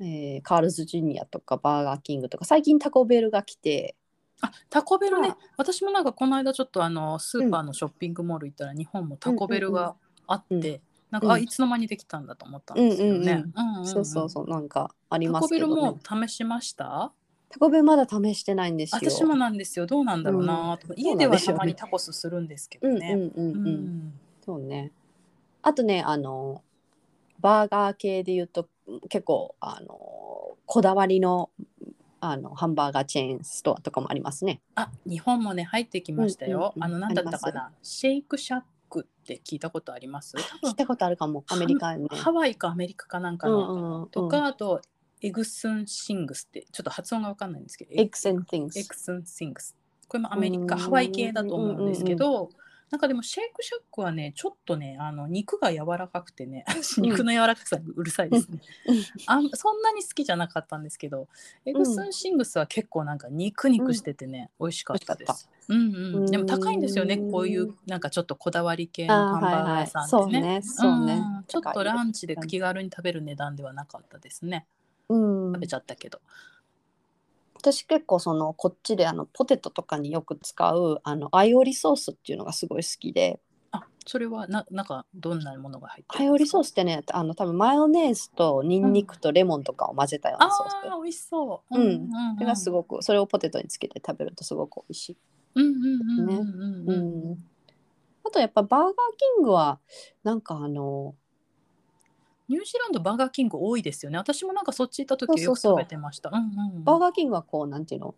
Speaker 2: えーカールズジュニアとかバーガーキングとか最近タコベルが来て
Speaker 1: あタコベルね
Speaker 2: あ
Speaker 1: 私もなんかこの間ちょっとあのスーパーのショッピングモール行ったら日本もタコベルがあって、
Speaker 2: うんうんう
Speaker 1: なんか、
Speaker 2: うん
Speaker 1: あいつの間にできたんだと思ったんですけどね、うんうん
Speaker 2: そうそうそうなんかあり
Speaker 1: タ
Speaker 2: ま
Speaker 1: コ
Speaker 2: す
Speaker 1: ベ
Speaker 2: け
Speaker 1: ル
Speaker 2: ど、ね
Speaker 1: も、試しました
Speaker 2: タコベルまだ試してないんですよ
Speaker 1: 私もなんですよどうなんだろうなと、家ではたまにタコスするんですけど
Speaker 2: うんうん
Speaker 1: ね
Speaker 2: うん
Speaker 1: う
Speaker 2: うん、
Speaker 1: ん
Speaker 2: そうねあとねあのバーガー系で言うと結構あのこだわりのあのハンバーガーチェーンストアとかもありますね。
Speaker 1: あ日本もね入ってきましたよ、
Speaker 2: うんうんうん
Speaker 1: あの何だったかなシェイクシャックって聞いたことあります多
Speaker 2: 聞い
Speaker 1: 分
Speaker 2: たことあるかもアメリカに、ね。
Speaker 1: ハワイかアメリカかなんか
Speaker 2: う
Speaker 1: の、
Speaker 2: んうんうん
Speaker 1: とかあとエグスンシングスってちょっと発音がわかんないんですけど
Speaker 2: エクセンティング
Speaker 1: エ
Speaker 2: ス
Speaker 1: ク。スンシングスこれもアメリカ
Speaker 2: うん
Speaker 1: ハワイ系だと思うんですけど、なんかでもシェイクシャックはねちょっとねあの肉が柔らかくてね私肉の柔らかさにうるさいですね、
Speaker 2: うんうん
Speaker 1: あんそんなに好きじゃなかったんですけどエグスンシングスは結構なんか肉肉しててね、美味しかったで
Speaker 2: 美味し
Speaker 1: すうんうん、でも高いんですよね
Speaker 2: うん
Speaker 1: こういうなんかちょっとこだわり系のハ
Speaker 2: あ
Speaker 1: ン
Speaker 2: ーはい
Speaker 1: バーガー
Speaker 2: は
Speaker 1: 屋
Speaker 2: い
Speaker 1: さんってね,、
Speaker 2: そうねそうね
Speaker 1: ん。ちょっとランチで気軽に食べる値段ではなかったですね
Speaker 2: うん
Speaker 1: 食べちゃったけど
Speaker 2: 私結構そのこっちであのポテトとかによく使うあのアイオリソースっていうのがすごい好きで
Speaker 1: あそれはななんかどんなものが入って
Speaker 2: アイオリソー
Speaker 1: ス
Speaker 2: スってねあの多分マヨネーズとニンニクとレモンとかを混ぜたよう
Speaker 1: あ
Speaker 2: なソースで
Speaker 1: ー美味しそう、
Speaker 2: うん
Speaker 1: うん
Speaker 2: それがすごくそれをポテトにつけて食べるとすごく美味しい。
Speaker 1: うんうんうんうんうん
Speaker 2: う
Speaker 1: うんん、
Speaker 2: あとやっぱバーガーキングはなんかあの
Speaker 1: ニュージーランドバーガーキング多いですよね私もなんかそっち行った時
Speaker 2: そう
Speaker 1: は
Speaker 2: そ
Speaker 1: よく
Speaker 2: うそう
Speaker 1: 食べてましたうんうんうん
Speaker 2: バーガーキングはこうなんていうの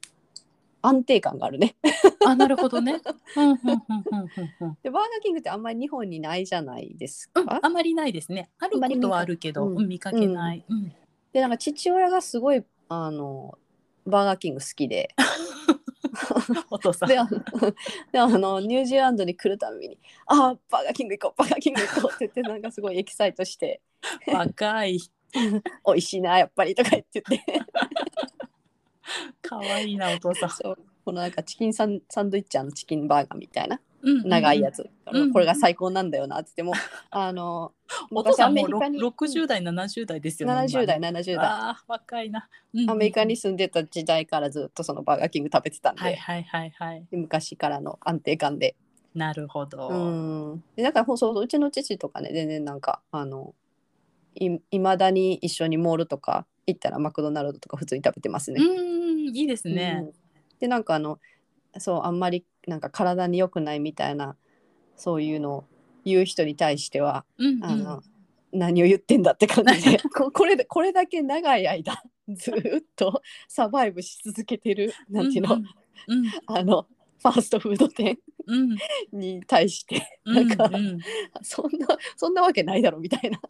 Speaker 2: 安定感があるね [LAUGHS]
Speaker 1: あなるほどね。うんうんうんうんうんうん
Speaker 2: でバーガーキングってあんまり日本にないじゃないですか、
Speaker 1: うん、あまりないですね。あることはあるけど、
Speaker 2: あんま
Speaker 1: うん見かけない。うん
Speaker 2: でなんか父親がすごいあのバーガーキング好きで
Speaker 1: お父さん
Speaker 2: で。あの [LAUGHS] であのニュージーランドに来るたびに「あーバーガーキング行こうバーガーキング行こう」って言ってなんかすごいエキサイトして
Speaker 1: 若い。
Speaker 2: 「美味しいなやっぱり」とか言って言って
Speaker 1: 可愛いな、お父さん。
Speaker 2: [LAUGHS] そうこのなんかチキンサンサンドイッチあのチキンバーガーみたいな
Speaker 1: うんうん
Speaker 2: 長いや。つ、
Speaker 1: うんうん
Speaker 2: これが最高なんだよなって
Speaker 1: [LAUGHS]
Speaker 2: 言ってもあの
Speaker 1: お父さんも
Speaker 2: 昔アメリカに
Speaker 1: 六十代、七十代ですよね。
Speaker 2: 70代
Speaker 1: 今ね。
Speaker 2: 70代
Speaker 1: ああ、若いな。うんうん
Speaker 2: アメリカに。住んでた時代からずっとそのバーガーキング食べてたんで、
Speaker 1: はいはいはいはい。
Speaker 2: 昔からの安定感で
Speaker 1: なるほど。
Speaker 2: うんでだからほんそうそううちの父とかね全然なんかあのいいまだに一緒にモールとか行ったらマクドナルドとか普通に食べてます
Speaker 1: う
Speaker 2: ね。
Speaker 1: ん、いいですね
Speaker 2: う。んでなんかあのそうあんまりなんか体に良くないみたいなそういうのを言う人に対しては
Speaker 1: うん、う
Speaker 2: あの、
Speaker 1: ん。
Speaker 2: 何を言ってんだって感
Speaker 1: [LAUGHS]
Speaker 2: じでここれこれだけ長い間ずーっとサバイブし続けてるなんていうの,、
Speaker 1: うんうん。
Speaker 2: あのファーストフード店
Speaker 1: うん。
Speaker 2: に対して [LAUGHS]
Speaker 1: うん
Speaker 2: なんか
Speaker 1: うん
Speaker 2: そんな、そんなわけないだろみたいな。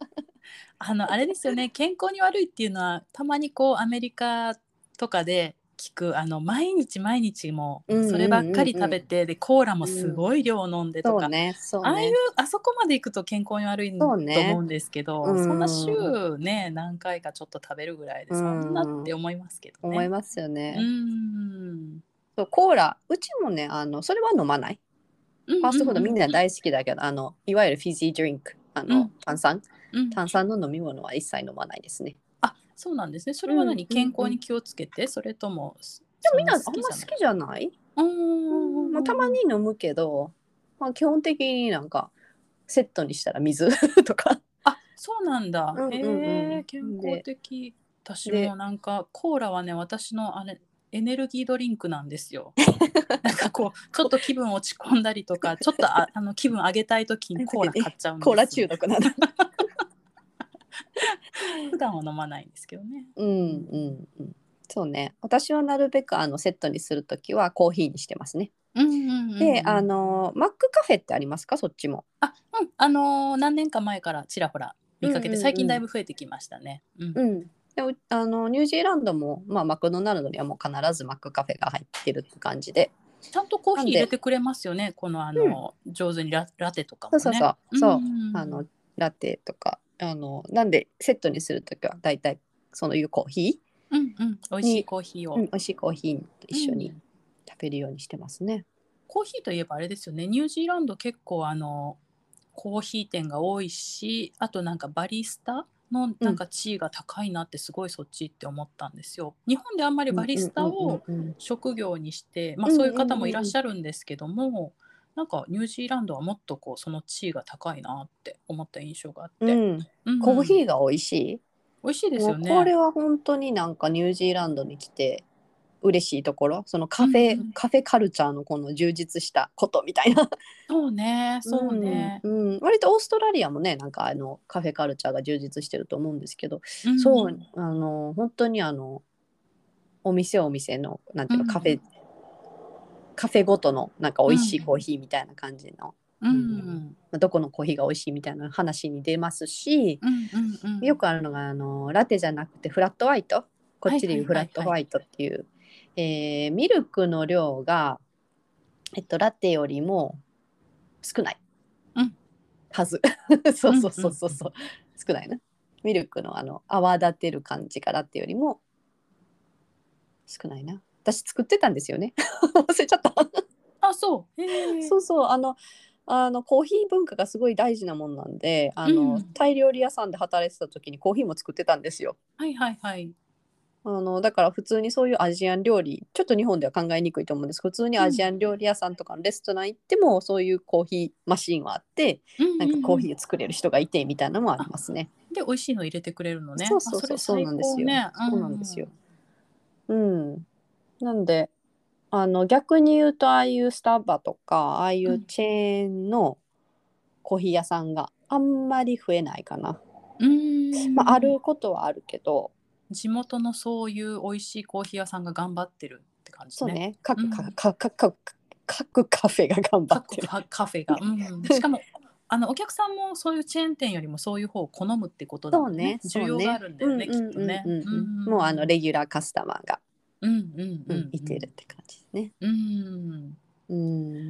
Speaker 1: あのあれですよね健康に悪いっていうのはたまにこうアメリカとかで聞くあの毎日毎日も
Speaker 2: うんうんうんうん
Speaker 1: そればっかり食べて、でコーラもすごい量飲んでとか、
Speaker 2: ね、そ
Speaker 1: ああいう。あそこまで行くと健康に悪いんと
Speaker 2: そうね
Speaker 1: 思うんですけどそ,、
Speaker 2: うん
Speaker 1: んな週ね何回かちょっと食べるぐらいでそんなって思いますけどね。
Speaker 2: 思いますよね。
Speaker 1: うん
Speaker 2: そうコーラ、うちもね、あの、それは飲まない。
Speaker 1: フ
Speaker 2: ファーストフードみんな大好きだけど、あの、いわゆるフィジードリンク、あ
Speaker 1: う
Speaker 2: の、
Speaker 1: ん
Speaker 2: 炭酸、
Speaker 1: うん
Speaker 2: 炭酸の飲み物は一切飲まないですね。
Speaker 1: あそうなんですねそれは何、
Speaker 2: うん
Speaker 1: 健康に気をつけてそれとも
Speaker 2: でも
Speaker 1: そ
Speaker 2: みんなあんま
Speaker 1: じゃい
Speaker 2: 好きじゃない？
Speaker 1: うん
Speaker 2: まあたまに飲むけど、まあ基本的になんかセットにしたら水 [LAUGHS] とか。
Speaker 1: あそうなんだ。
Speaker 2: うんうんうん
Speaker 1: へえ健康的。私
Speaker 2: で
Speaker 1: もなんかコーラはね私のあれエネルギードリンクなんです
Speaker 2: [LAUGHS]
Speaker 1: よ。なんかこうちょっと気分落ち込んだりと
Speaker 2: [LAUGHS]
Speaker 1: かちょっとああの気分上げたい時にコーラ買っちゃうんです
Speaker 2: コーラ中毒なんだ。
Speaker 1: 普段は飲まないんですけどね。
Speaker 2: うんうんうん。そうね。私はなるべくあのセットにするときはコーヒーにしてますね。
Speaker 1: うんうんうん、
Speaker 2: で、あのマックカフェってありますかそっちも。
Speaker 1: あうんあのー何年か前からちらほら見かけ
Speaker 2: うん
Speaker 1: て
Speaker 2: うんうん
Speaker 1: 最近だいぶ増えてきましたね。うん
Speaker 2: うん。でうあのニュージーランドも、まあ、マクドナルドにはもう必ずマックカフェが入ってるって感じで
Speaker 1: ちゃんとコーヒー
Speaker 2: なんで
Speaker 1: 入れてくれますよねこのあの、上手にララテとかも
Speaker 2: そう
Speaker 1: ね。
Speaker 2: そうそう、そうん
Speaker 1: ん
Speaker 2: あのラテとかあのなんでセットにするときは大体そのいうコーヒ
Speaker 1: うんうん美味しいコーヒーを。
Speaker 2: ー、うん、美味しいコーヒーと一緒に食べるようにしてますね。
Speaker 1: コーヒーといえばあれですよねニュージーランド結構あのコーヒー店が多いしあとなんかバリスタのなんか地位が高いなってすごいそっちって思ったんですよ。日本であんまりバリスタを
Speaker 2: うんうんうんうん
Speaker 1: 職業にして、まあ、
Speaker 2: うん
Speaker 1: そういう方もいらっしゃるんですけども、なんかニュージーランドはもっとこうその地位が高いなって思った印象があって、
Speaker 2: うん、
Speaker 1: うん
Speaker 2: コーヒーが美味しい、
Speaker 1: 美味しいですよね。
Speaker 2: もうこれは本当になんかニュージーランドに来て嬉しいところそのカフェ、
Speaker 1: うんうん
Speaker 2: カフェカルチャーのこの充実したことみたいな
Speaker 1: そうね [LAUGHS] そうね、
Speaker 2: うんうん割とオーストラリアもねなんかあのカフェカルチャーが充実してると思うんですけど、
Speaker 1: ん
Speaker 2: そうあの本当にあのお店お店のなんていうの、
Speaker 1: うん
Speaker 2: カフェカフェごとのなんか美味しい
Speaker 1: うん
Speaker 2: コーヒーみたいな感じの、
Speaker 1: うんうん
Speaker 2: まあどこのコーヒーが美味しいみたいな話に出ますし、
Speaker 1: うんうん
Speaker 2: よくあるのがあのラテじゃなくてフラットホワイトこっちでいうフラットホワイトっていう、えーミルクの量が、えっと、ラテよりも少ない、
Speaker 1: うん
Speaker 2: はず [LAUGHS] そうそうそうそうそう、少ないなミルクのあの泡立てる感じがラテよりも少ないな私作ってたんですよね [LAUGHS] 忘れちゃった
Speaker 1: あそうへえ
Speaker 2: そうそうあのあのコーヒー文化がすごい大事なもんなんであ
Speaker 1: う
Speaker 2: の、
Speaker 1: ん
Speaker 2: タイ料理屋さんで働いてた時にコーヒーも作ってたんですよ。
Speaker 1: はいはいはい
Speaker 2: あのだから普通にそういうアジアン料理ちょっと日本では考えにくいと思うんですけど普通にアジアン料理屋さんとかのレストラン行ってもそういうコーヒーマシーンはあってなんかコーヒ
Speaker 1: ー
Speaker 2: ー作れる人がいてみたいなのもありますね。
Speaker 1: で美味しいの入れてくれるのね。
Speaker 2: そうそうそう
Speaker 1: あれ
Speaker 2: そうなんですよ
Speaker 1: 最高ね
Speaker 2: そうなんですよ。うん、なんであの逆に言うとああいうスタバとかああいうチェーンのコーヒー屋さんがあんまり増えないかな、
Speaker 1: うん。うん
Speaker 2: まあ、あることはあるけど、
Speaker 1: 地元のそういう美味しいコーヒー屋さんが頑張ってるって感じ
Speaker 2: そう
Speaker 1: ね。
Speaker 2: ね各、
Speaker 1: うん
Speaker 2: かかかか各カフェが頑張っ
Speaker 1: 各
Speaker 2: てる。
Speaker 1: カカフェが、
Speaker 2: [LAUGHS]
Speaker 1: うん、しかもあのお客さんもそういうチェーン店よりもそういう方を好むってことだ
Speaker 2: そ
Speaker 1: も
Speaker 2: うん
Speaker 1: ね
Speaker 2: ね。そう
Speaker 1: 需要があるんだよね、
Speaker 2: うんうん
Speaker 1: きっとね、
Speaker 2: うんうんうんもうあのレギュラーカスタマーが、
Speaker 1: うんうんう
Speaker 2: う
Speaker 1: んん
Speaker 2: いてるっ、て感じですね。
Speaker 1: うん、
Speaker 2: うん。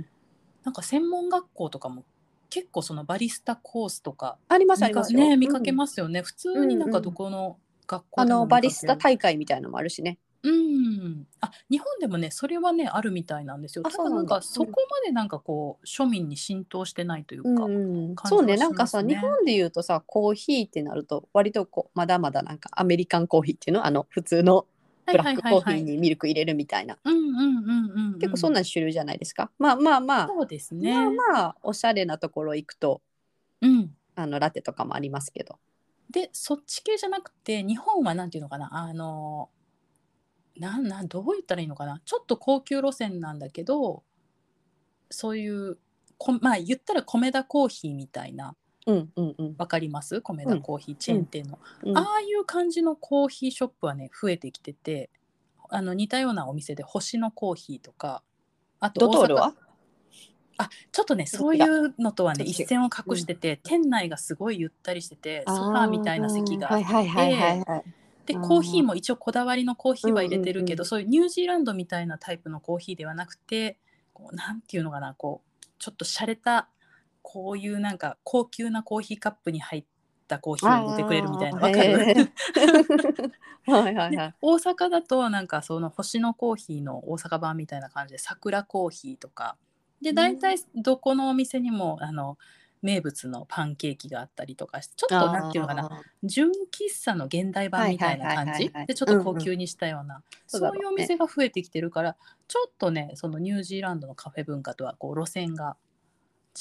Speaker 1: なんか専門学校とかも結構そのバリスタコースとか
Speaker 2: ありま
Speaker 1: 見
Speaker 2: すあり
Speaker 1: か
Speaker 2: ますよ。
Speaker 1: ね見かけ
Speaker 2: す。
Speaker 1: ますよね、普通になんかどこの学校
Speaker 2: あ
Speaker 1: でも
Speaker 2: の
Speaker 1: 見か
Speaker 2: バ
Speaker 1: ける
Speaker 2: リスタ大会みたいのもあるしね。
Speaker 1: うん、あ日本でもねそれはねあるみたいなんですよ
Speaker 2: あ
Speaker 1: ただ
Speaker 2: そう
Speaker 1: な
Speaker 2: なんん
Speaker 1: か
Speaker 2: だ
Speaker 1: そこまでなんかこう庶民に浸透してないというか、
Speaker 2: うんうん
Speaker 1: 感じは
Speaker 2: そうね
Speaker 1: し
Speaker 2: なんかさ、
Speaker 1: ますね
Speaker 2: 日本で言うとさコーヒーってなると割とこうまだまだなんかアメリカンコーヒーっていうのあの普通の
Speaker 1: は
Speaker 2: ブ
Speaker 1: い
Speaker 2: ラ
Speaker 1: は
Speaker 2: ッ
Speaker 1: い
Speaker 2: ク
Speaker 1: は
Speaker 2: コ
Speaker 1: い
Speaker 2: ーヒ
Speaker 1: は
Speaker 2: ー
Speaker 1: い
Speaker 2: にミルク入れるみたいな
Speaker 1: うんうんうんうんうん
Speaker 2: 結構そんなん主流じゃないですか。まあまあまあ
Speaker 1: そうですね、
Speaker 2: まあまあおしゃれなところ行くと
Speaker 1: うん
Speaker 2: あのラテとかもありますけど。
Speaker 1: でそっち系じゃなくて日本はなんていうのかなあのなんなんどう言ったらいいのかなちょっと高級路線なんだけどそういうこまあ言ったら米田コーヒーみたいな
Speaker 2: うんうんうん。
Speaker 1: わかります米田コーヒーチェーン店の、
Speaker 2: うん
Speaker 1: ああいう感じのコーヒーショップはね増えてきててあの似たようなお店で星のコーヒーとかあと大
Speaker 2: ド
Speaker 1: 阪
Speaker 2: トールは
Speaker 1: あちょっとねそういうのとはね
Speaker 2: ちょっと違う
Speaker 1: 一線を隠してて、店内がすごいゆったりしててソファーみたいな席が
Speaker 2: あーはいはいはいはいはい。
Speaker 1: で
Speaker 2: あー
Speaker 1: コーヒーも一応こだわりのコーヒーは入れてるけど、
Speaker 2: うんうんうん
Speaker 1: そういうニュージーランドみたいなタイプのコーヒーではなくてこうなんていうのかなこうちょっと洒落たこういうなんか高級なコーヒーカップに入ったコーヒーを入れてくれるみたいなわかる、
Speaker 2: あーへー [LAUGHS] はいはいはい。
Speaker 1: [LAUGHS] 大阪だとなんかその星のコーヒーの大阪版みたいな感じで桜コーヒーとかで
Speaker 2: うん
Speaker 1: 大体どこのお店にもあの名物のパンケーキがあったりとかしてちょっとなんていうのかな
Speaker 2: あー
Speaker 1: 純喫茶の現代版みたいな
Speaker 2: はい
Speaker 1: 感
Speaker 2: はいはいはい
Speaker 1: じ
Speaker 2: はい
Speaker 1: でちょっと高級にしたような、
Speaker 2: そ
Speaker 1: そ
Speaker 2: うだ
Speaker 1: う
Speaker 2: ろうね
Speaker 1: いうお店が増えてきてるからちょっとねそのニュージーランドのカフェ文化とはこう路線が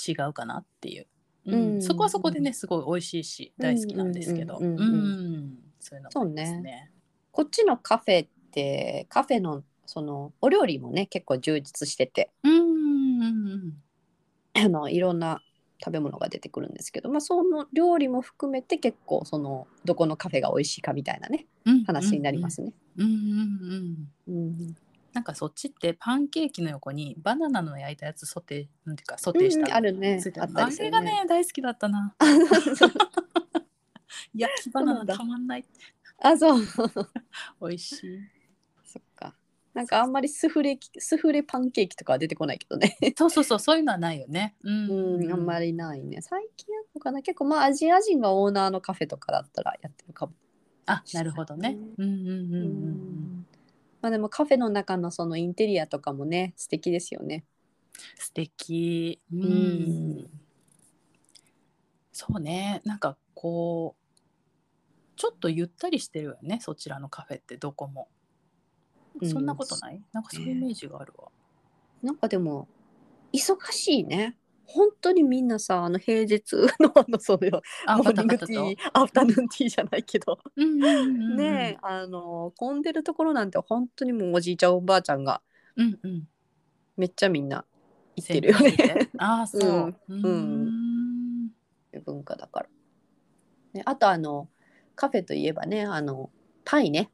Speaker 1: 違うかなっていう、うん
Speaker 2: うん
Speaker 1: そこはそこでねすごい美味しいし大好きなんですけど、う
Speaker 2: うんんうんうんうん
Speaker 1: そういうのもあります
Speaker 2: そう
Speaker 1: ね。
Speaker 2: こっちのカフェってカフェのそのお料理もね結構充実してて [CLEARS THROAT]
Speaker 1: うんうんうん
Speaker 2: あのいろんな食べ物が出てくるんですけど、まあ、その料理も含めて結構そのどこのカフェが美味しいかみたいなね
Speaker 1: うん
Speaker 2: 話になりま。すね。
Speaker 1: うんうんうん
Speaker 2: うん
Speaker 1: なんかそっちってパンケーキの横にバナナの焼いたやつソテーなんていうかソ
Speaker 2: う
Speaker 1: テーし
Speaker 2: ん、
Speaker 1: た
Speaker 2: あるね
Speaker 1: ついて
Speaker 2: あ
Speaker 1: る
Speaker 2: ったり
Speaker 1: あ
Speaker 2: す
Speaker 1: れ
Speaker 2: る
Speaker 1: がね大好きだったな。焼きバナナたまんない。
Speaker 2: [LAUGHS] あそう
Speaker 1: 美味しい。
Speaker 2: そっかなんかあんまりスフレスフレパンケーキとかは出てこないけどね
Speaker 1: そうそうそう、そういうのはないよね。う。
Speaker 2: [LAUGHS] うんんあんま
Speaker 1: り。
Speaker 2: りないね最近あるのかな結構まあアジア人がオーナーのカフェとかだったらやってるかも
Speaker 1: あ、なるほどね。うんうんうんうん。
Speaker 2: まあでもカフェの中のそのインテリアとかもね素敵ですよね。
Speaker 1: 素敵。う。
Speaker 2: うん
Speaker 1: そうね、なんかこう。ちょっとゆったりしてるよね、そちらのカフェってどこも。
Speaker 2: う
Speaker 1: そんなことない。なんかそういうイメージがあるわ。
Speaker 2: なんかでも忙しいね。本当にみんなさあの平日のあのそれは
Speaker 1: あ、
Speaker 2: モ
Speaker 1: バ
Speaker 2: ー
Speaker 1: タ
Speaker 2: ニン
Speaker 1: バ
Speaker 2: グ
Speaker 1: タ
Speaker 2: テ
Speaker 1: と。
Speaker 2: ィーアフタヌーンティーじゃないけど、
Speaker 1: うんうんうんうん。
Speaker 2: ねえあの混んでるところなんて本当にもうおじいちゃんおばあちゃんが
Speaker 1: うんうん。
Speaker 2: めっちゃみんな行ってるよ
Speaker 1: 先輩
Speaker 2: ね
Speaker 1: で。ああ、そう。う
Speaker 2: うん
Speaker 1: ん。
Speaker 2: [LAUGHS] 文化だから。ね、あとあのカフェといえばねあのパイね、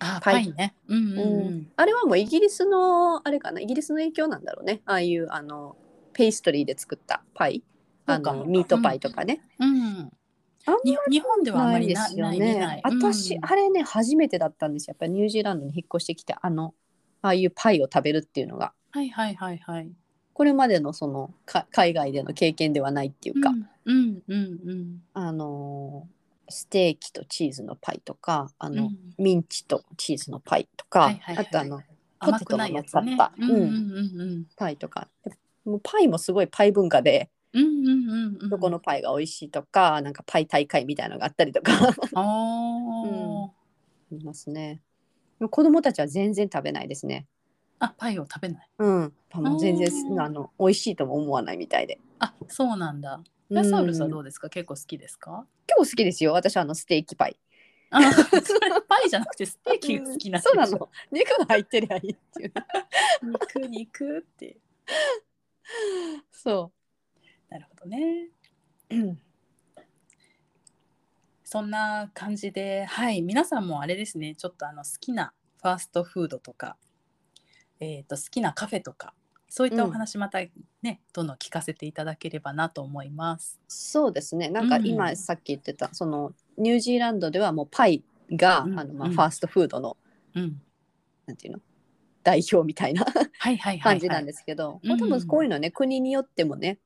Speaker 1: あ、パ
Speaker 2: パイ
Speaker 1: イね。うんうんうん。
Speaker 2: あれはもうイギリスのあれかなイギリスの影響なんだろうねああいうあのペイストリーで作ったパイあ
Speaker 1: そうかも
Speaker 2: のミートパイとかね、
Speaker 1: うん
Speaker 2: あんま。
Speaker 1: に日本ではあま
Speaker 2: ない
Speaker 1: り
Speaker 2: で
Speaker 1: な
Speaker 2: すよ
Speaker 1: ない
Speaker 2: ね
Speaker 1: ねない。
Speaker 2: 私、
Speaker 1: うん
Speaker 2: あれね初めてだったんですよやっぱりニュージーランドに引っ越してきてあのああいうパイを食べるっていうのが
Speaker 1: はいはいはいはい。
Speaker 2: これまでのそのか海外での経験ではないっていうか、
Speaker 1: うんうんうん
Speaker 2: あのステーキとチーズのパイとかあ
Speaker 1: うん。
Speaker 2: の、
Speaker 1: うん
Speaker 2: ミンチとチーズのパイとか、
Speaker 1: はいはいはい
Speaker 2: あとあの
Speaker 1: 甘くないやつね。
Speaker 2: ポ
Speaker 1: う
Speaker 2: テト
Speaker 1: ん
Speaker 2: も
Speaker 1: う
Speaker 2: 乗
Speaker 1: ん
Speaker 2: っ
Speaker 1: うん
Speaker 2: かったパイとかもうパイもすごいパイ文化で
Speaker 1: うん。うんうんうんうん。
Speaker 2: どこのパイが美味しいとか、なんかパイ大会みたいなのがあったりとかあ
Speaker 1: あー
Speaker 2: りますね。でも子供たちは全然食べないですね。
Speaker 1: あパイを食べない。
Speaker 2: うん、もう全然す
Speaker 1: うん
Speaker 2: あの美味しいとも思わないみたいで。
Speaker 1: あそうなんだ。
Speaker 2: う
Speaker 1: ラ
Speaker 2: ん
Speaker 1: サウルスはどうですか結構好きですか
Speaker 2: 結構好きですよ。私はあのステーキパイ。
Speaker 1: あ
Speaker 2: [LAUGHS]
Speaker 1: それパイじゃなくてステーキが好きなんで
Speaker 2: そう
Speaker 1: しょ
Speaker 2: なの。肉が入ってりゃいいっていう。
Speaker 1: 肉肉って。
Speaker 2: そ
Speaker 1: なるほどね。
Speaker 2: う。 [CLEARS THROAT] うん
Speaker 1: そんな感じで、はい、皆さんもあれですね、ちょっとあの好きなファーストフードとか、えー、と好きなカフェとかそういったお話またね、どんどん聞かせていただければなと思います。
Speaker 2: そうですねなんか
Speaker 1: う
Speaker 2: 今
Speaker 1: ん
Speaker 2: さっき言ってた、そのニュージーランドではもうパイが、
Speaker 1: うん
Speaker 2: あのまあ、
Speaker 1: うん
Speaker 2: ファーストフードの
Speaker 1: うん、
Speaker 2: なんていうの代表みたいな
Speaker 1: はいはいはい、はい、
Speaker 2: 感じなんですけど、
Speaker 1: うん
Speaker 2: まあ多分こういうのね国によってもね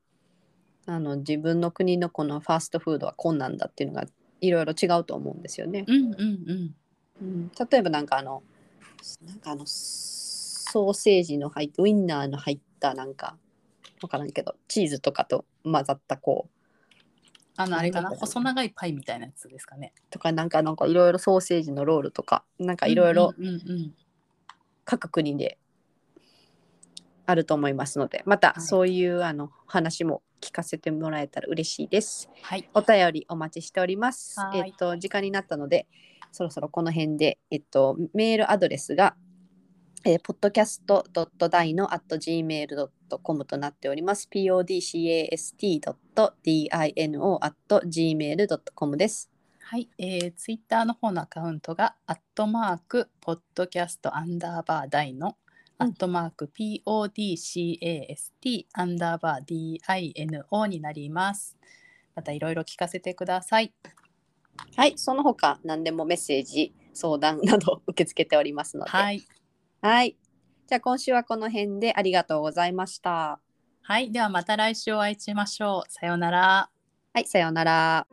Speaker 2: あの自分の国のこのファーストフードはこんなんだっていうのがいろいろ違うと思うんですよね。
Speaker 1: うんうんうん
Speaker 2: うん例えばなんかあのなんかあのソーセージの入っウインナーの入ったなんかわからんけどチーズとかと混ざったこう
Speaker 1: あのあれかな
Speaker 2: なんだろう
Speaker 1: 細長いパイみたいなやつですかね。
Speaker 2: とかなんかなんかいろいろソーセージのロールとかなんかいろいろ
Speaker 1: うんうんうん
Speaker 2: 各国であると思いますのでまた
Speaker 1: い
Speaker 2: そういうあの話も聞かせてもらえたら嬉しいです。
Speaker 1: はい
Speaker 2: お便りお待ちしております。
Speaker 1: は
Speaker 2: え
Speaker 1: ーい
Speaker 2: っと時間になったので、そろそろこの辺でえっとメールアドレスが、えー、podcast.dino@gmail.com となっております。podcast.dino@gmail.com です。
Speaker 1: はい、えー、ツイッターの方のアカウントが、アットマーク、ポッドキャスト、アンダーバー、ダイの、
Speaker 2: う
Speaker 1: ア
Speaker 2: ん
Speaker 1: ットマーク、PODCAST、アンダーバー、DINO になります。またいろいろ聞かせてください。
Speaker 2: はい、その他何でもメッセージ、相談など受け付けておりますので、
Speaker 1: はい。
Speaker 2: はいじゃあ今週はこの辺でありがとうございました。
Speaker 1: はい、ではまた来週お会いしましょう。さようなら。
Speaker 2: はい、さようなら。